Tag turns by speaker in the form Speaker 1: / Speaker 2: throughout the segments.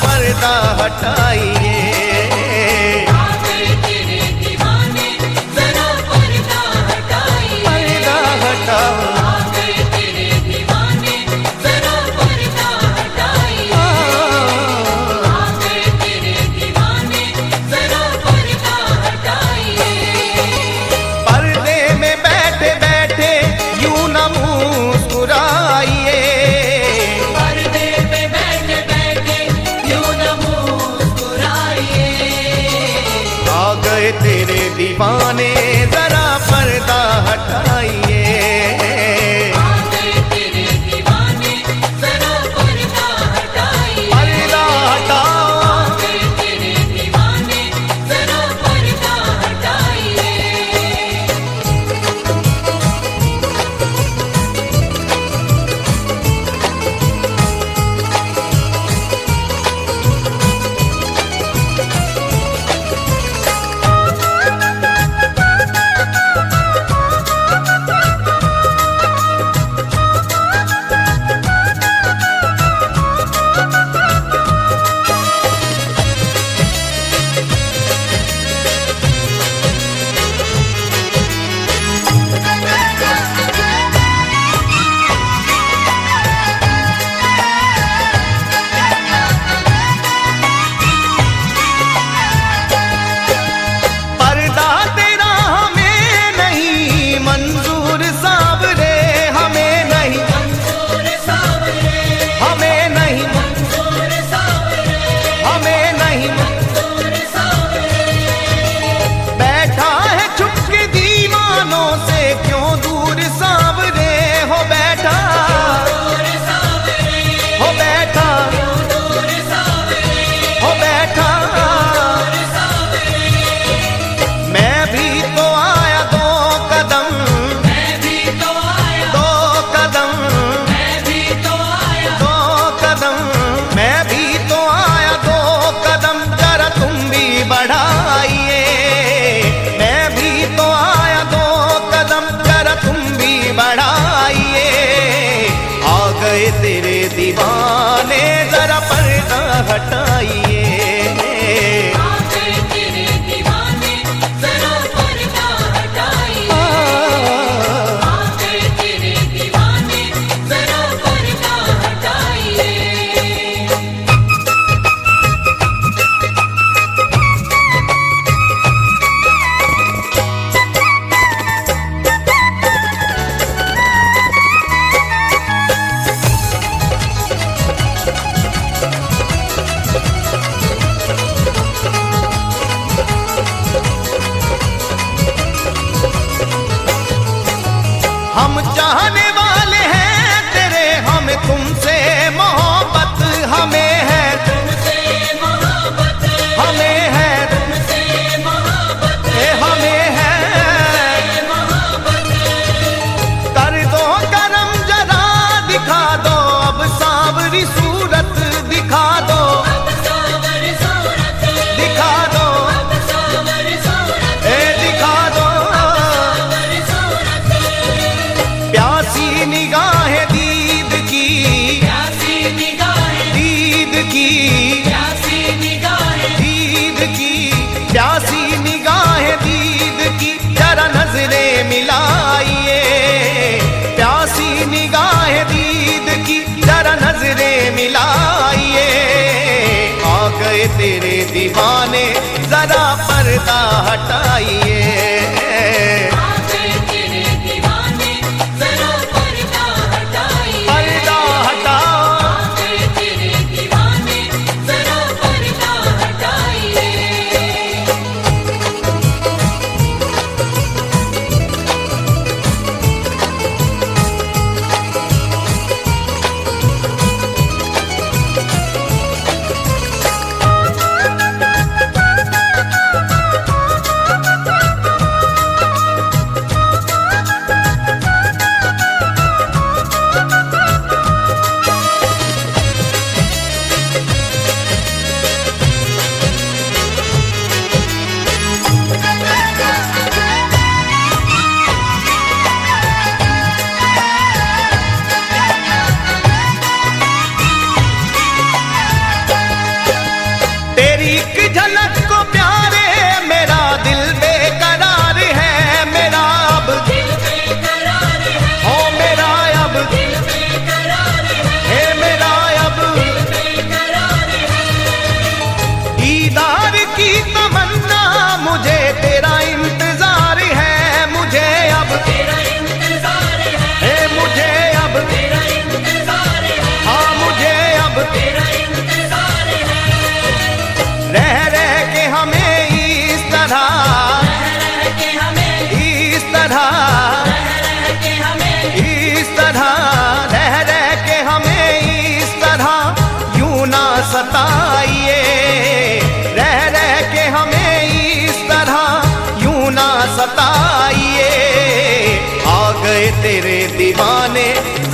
Speaker 1: पर्दा हटाइए पर्दा हटाओ आ, पर्दे में बैठे बैठे यूं न मुस्कुराइए आ गए तेरे दीवाने जरा पर्दा हटाइए पर्दा हटाओ पर्दा तेरा हमें नहीं मंजूर साहब रे हमें नहीं हमें नहीं हमें नहीं बैठा है चुपके दीवानों से क्यों दूर साहब रे हो बैठा हो बैठा हो बैठा मैं भी तो आया दो कदम दो कदम दो कदम मैं भी तो आया दो कदम जरा तुम भी बढ़ाइए मैं भी तो आया दो कदम जरा तुम भी बढ़ाइए आ गए तेरे दीवाने जरा पर्दा हटाइए आ, हम चाहने वाले हैं तेरे हमें तुमसे मोहब्बत हमें है हमें है ए हमें है कर दो करम जरा दिखा दो अब सांवरी सूरत दिखा दो दिखा दो ए दिखा दो प्यासी निगाह दीद की दीद की दीद की प्यासी निगाह दीद की जरा नजरें मिलाइए प्यासी निगाह दीद की जरा नजरें मिलाइए आ गए तेरे दीवाने जरा पर्दा हटाइए
Speaker 2: तेरे दीवाने जरा पर्दा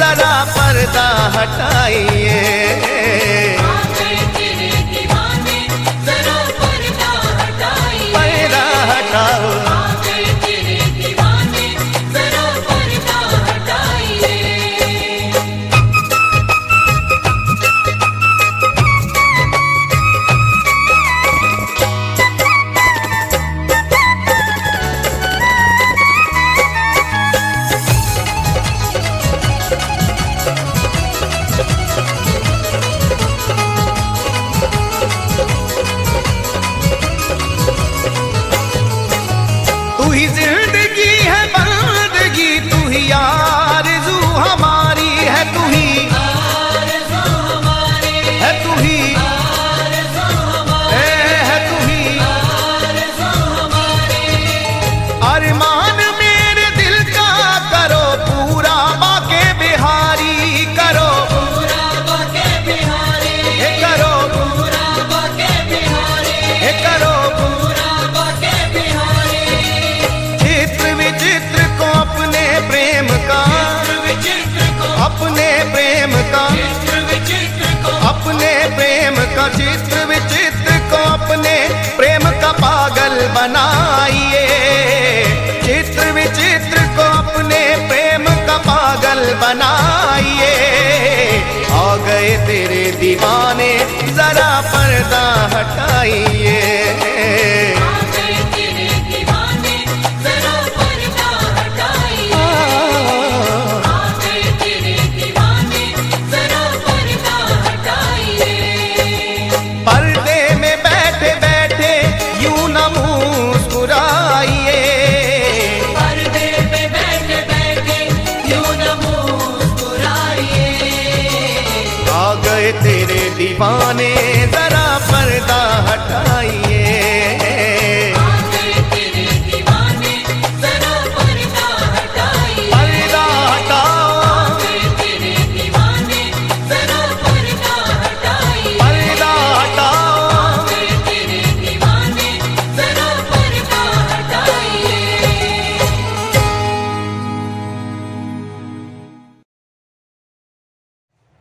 Speaker 1: जरा पर्दा हटाइए पर्दा हटाओ तू ही जिंदगी है बंदगी तू ही आरज़ू हमारी है तू ही है तू ही है है तू ही अरमान मेरे दिल का करो पूरा बाके बिहारी करो हे करो हे करो चित्र विचित्र को अपने प्रेम का अपने प्रेम का अपने प्रेम का चित्र विचित्र को अपने प्रेम का पागल बनाइए चित्र विचित्र को अपने प्रेम का पागल बनाइए आ गए तेरे दीवाने जरा पर्दा हटाइए आ, पर्दे में बैठे बैठे यूं न मुस्कुराइए आ गए तेरे दीवाने